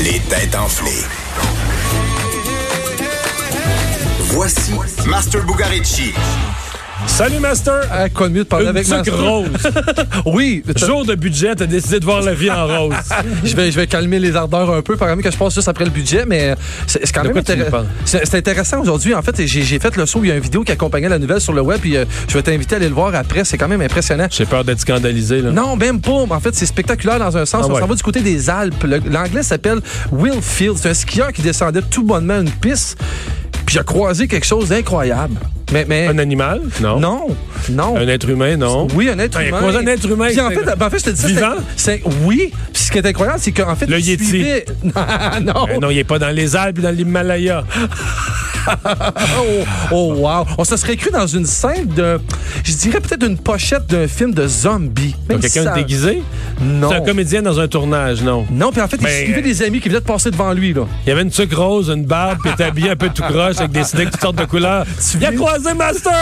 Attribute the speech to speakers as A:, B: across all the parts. A: Les têtes enflées. Voici Master Bugarici.
B: Salut, Master!
C: Ah, quoi de mieux de parler
B: Une
C: avec
B: tuque
C: Master?
B: rose.
C: Oui, t'as-
B: Jour de budget, t'as décidé de voir la vie en rose.
C: je vais, je vais calmer les ardeurs un peu, par exemple, que je passe juste après le budget, mais c'est c'est quand
B: De
C: même
B: quoi tu nous
C: intéressant.
B: parles?
C: C'est c'est intéressant aujourd'hui. En fait, j'ai j'ai fait le saut. Il y a une vidéo qui accompagnait la nouvelle sur le web, puis euh, je vais t'inviter à aller le voir après. C'est quand même impressionnant.
B: J'ai peur d'être scandalisé, là.
C: Non, même pas. En fait, c'est spectaculaire dans un sens.
B: Ah
C: On
B: ouais.
C: s'en va du côté des Alpes. Le- L'anglais s'appelle Will Field. C'est un skieur qui descendait tout bonnement une piste, puis il a croisé quelque chose d'incroyable. Mais, mais
B: Un animal? Non.
C: non, non.
B: Un être humain? Non.
C: Oui, un être
B: Ah, il a
C: humain.
B: croisé un être humain,
C: Puis en
B: c'est-
C: fait, ben, en fait, je te dis,
B: Vivant?
C: c'est oui. Puis ce qui est incroyable, c'est qu'en fait,
B: Le
C: il
B: Yéti.
C: suivait- non,
B: Ben
C: non.
B: non, il est pas dans les Alpes, dans l'Himalaya.
C: Oh, oh, wow. On se serait cru dans une scène de, je dirais peut-être une pochette d'un film de zombie.
B: Donc,
C: Même si
B: Quelqu'un de
C: ça-
B: déguisé?
C: Non.
B: C'est un comédien dans un tournage, non.
C: Non, puis en fait,
B: Ben,
C: il suivait
B: euh,
C: des amis qui venaient de passer devant lui là.
B: Il y avait une tuque rose, une barbe, puis il était habillé un peu tout croche avec des sneakers de toutes sortes de couleurs. Il a
C: viens-
B: croisé Master!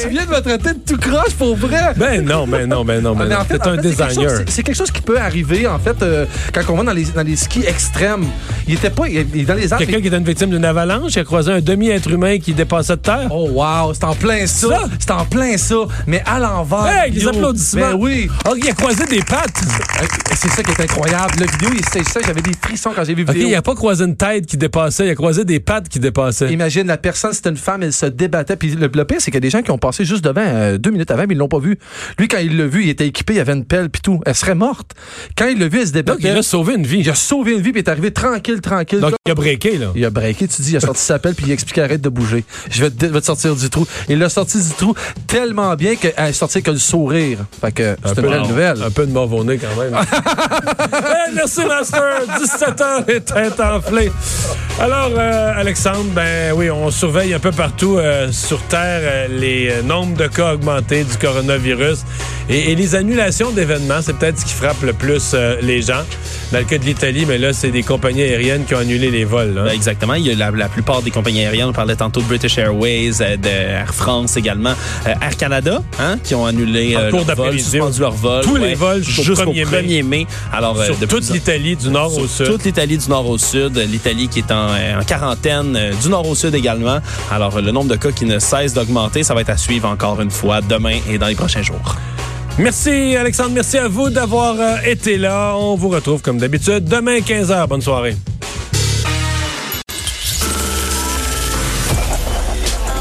C: Tu viens de me traiter de tout croche pour vrai.
B: Ben non, ben non, ben non, ben
C: Mais
B: non.
C: en fait,
B: C'est
C: en
B: un
C: fait, c'est quelque chose-
B: designer.
C: c'est- C'est quelque chose qui peut arriver en fait euh, quand on va dans les dans les skis extrêmes. Il était pas, il est dans les Alpes.
B: Quelqu'un qui était une victime d'une avalanche, il a croisé un demi-être humain qui dépassait de terre.
C: Oh wow, c'est en plein ça.
B: Ça?
C: C'est en plein ça, mais à l'envers.
B: Hey, les
C: Yo.
B: applaudissements.
C: Ben oui.
B: Oh, il a croisé des pattes.
C: Hey, C'est ça qui est incroyable. La vidéo, il c'est ça, j'avais des frissons quand j'ai vu la
B: OK, euh,
C: vidéo.
B: il a pas croisé une tête qui dépassait, il a croisé des pattes qui dépassaient.
C: Imagine, la personne, c'était une femme, elle se débattait. Puis le, le pire, c'est qu'il y a des gens qui ont passé juste devant, euh, deux minutes avant, mais ils l'ont pas vu. Lui, quand il l'a vu, il était équipé, il avait une pelle, puis tout. Elle serait morte. Quand il l'a vu, elle se
B: Donc, il
C: débattait.
B: a sauvé une vie.
C: il a sauvé une vie, puis il est arrivé tranquille, tranquille.
B: Donc,
C: comme-
B: il a breaké, là.
C: Il a breaké, tu dis, il a sorti sa pelle, puis il a expliqué arrête de bouger. Je vais te, je vais te sortir du trou. Il l'a sorti du trou tellement bien qu'elle est sortie que le sourire. Fait que c'est une
B: peu-
C: belle nouvelle.
B: Un peu de morvonnée quand même. Hey, merci, Master. 17 heures et tête enflée. Alors, euh, Alexandre, ben oui, on surveille un peu partout euh, sur Terre euh, les euh, nombres de cas augmentés du coronavirus et, et les annulations d'événements. C'est peut-être ce qui frappe le plus euh, les gens. Dans le cas de l'Italie, mais là, c'est des compagnies aériennes qui ont annulé les vols. hein. là.
D: Ben, exactement. Il y a la, la plupart des compagnies aériennes, on parlait tantôt de British Airways, euh, de Air France également, euh, Air Canada, hein, qui ont annulé
B: En
D: euh,
B: cours
D: leur vol,
B: d'après-midi,
D: suspendu leur vol.
B: Tous les vols jusqu'au
D: jusqu'au
B: 1er mai.
D: 1er mai. Alors, euh,
B: sur
D: de
B: toute
D: plus en-
B: l'Italie, du nord au
D: sur
B: sud.
D: toute l'Italie du nord au sud, euh, l'Italie qui est en, euh, en quarantaine, euh, du nord au sud également. Alors, euh, le nombre de cas qui ne cesse d'augmenter, ça va être à suivre encore une fois demain et dans les prochains jours.
B: Merci, Alexandre. Merci à vous d'avoir euh, été là. On vous retrouve comme d'habitude demain 15h. Bonne soirée.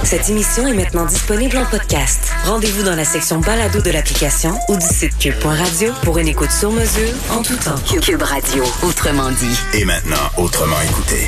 E: Cette émission est maintenant disponible en podcast. Rendez-vous dans la section balado de l'application ou du site cube.radio pour une écoute sur mesure en tout temps. Cube Radio, autrement dit.
A: Et maintenant, autrement écouté.